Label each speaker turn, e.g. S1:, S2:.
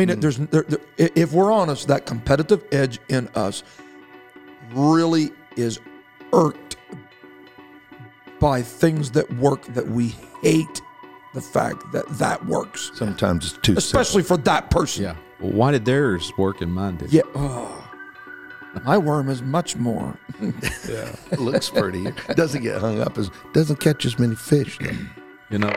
S1: I mean, there's there, there, i- if we're honest, that competitive edge in us really is irked by things that work that we hate the fact that that works,
S2: Sometimes it's too
S1: especially for that person.
S3: Yeah. Well, why did theirs work and mine didn't?
S1: Yeah. Oh, my worm is much more.
S2: simple. looks pretty. Doesn't get hung up as doesn't catch as many fish. though.
S3: You know.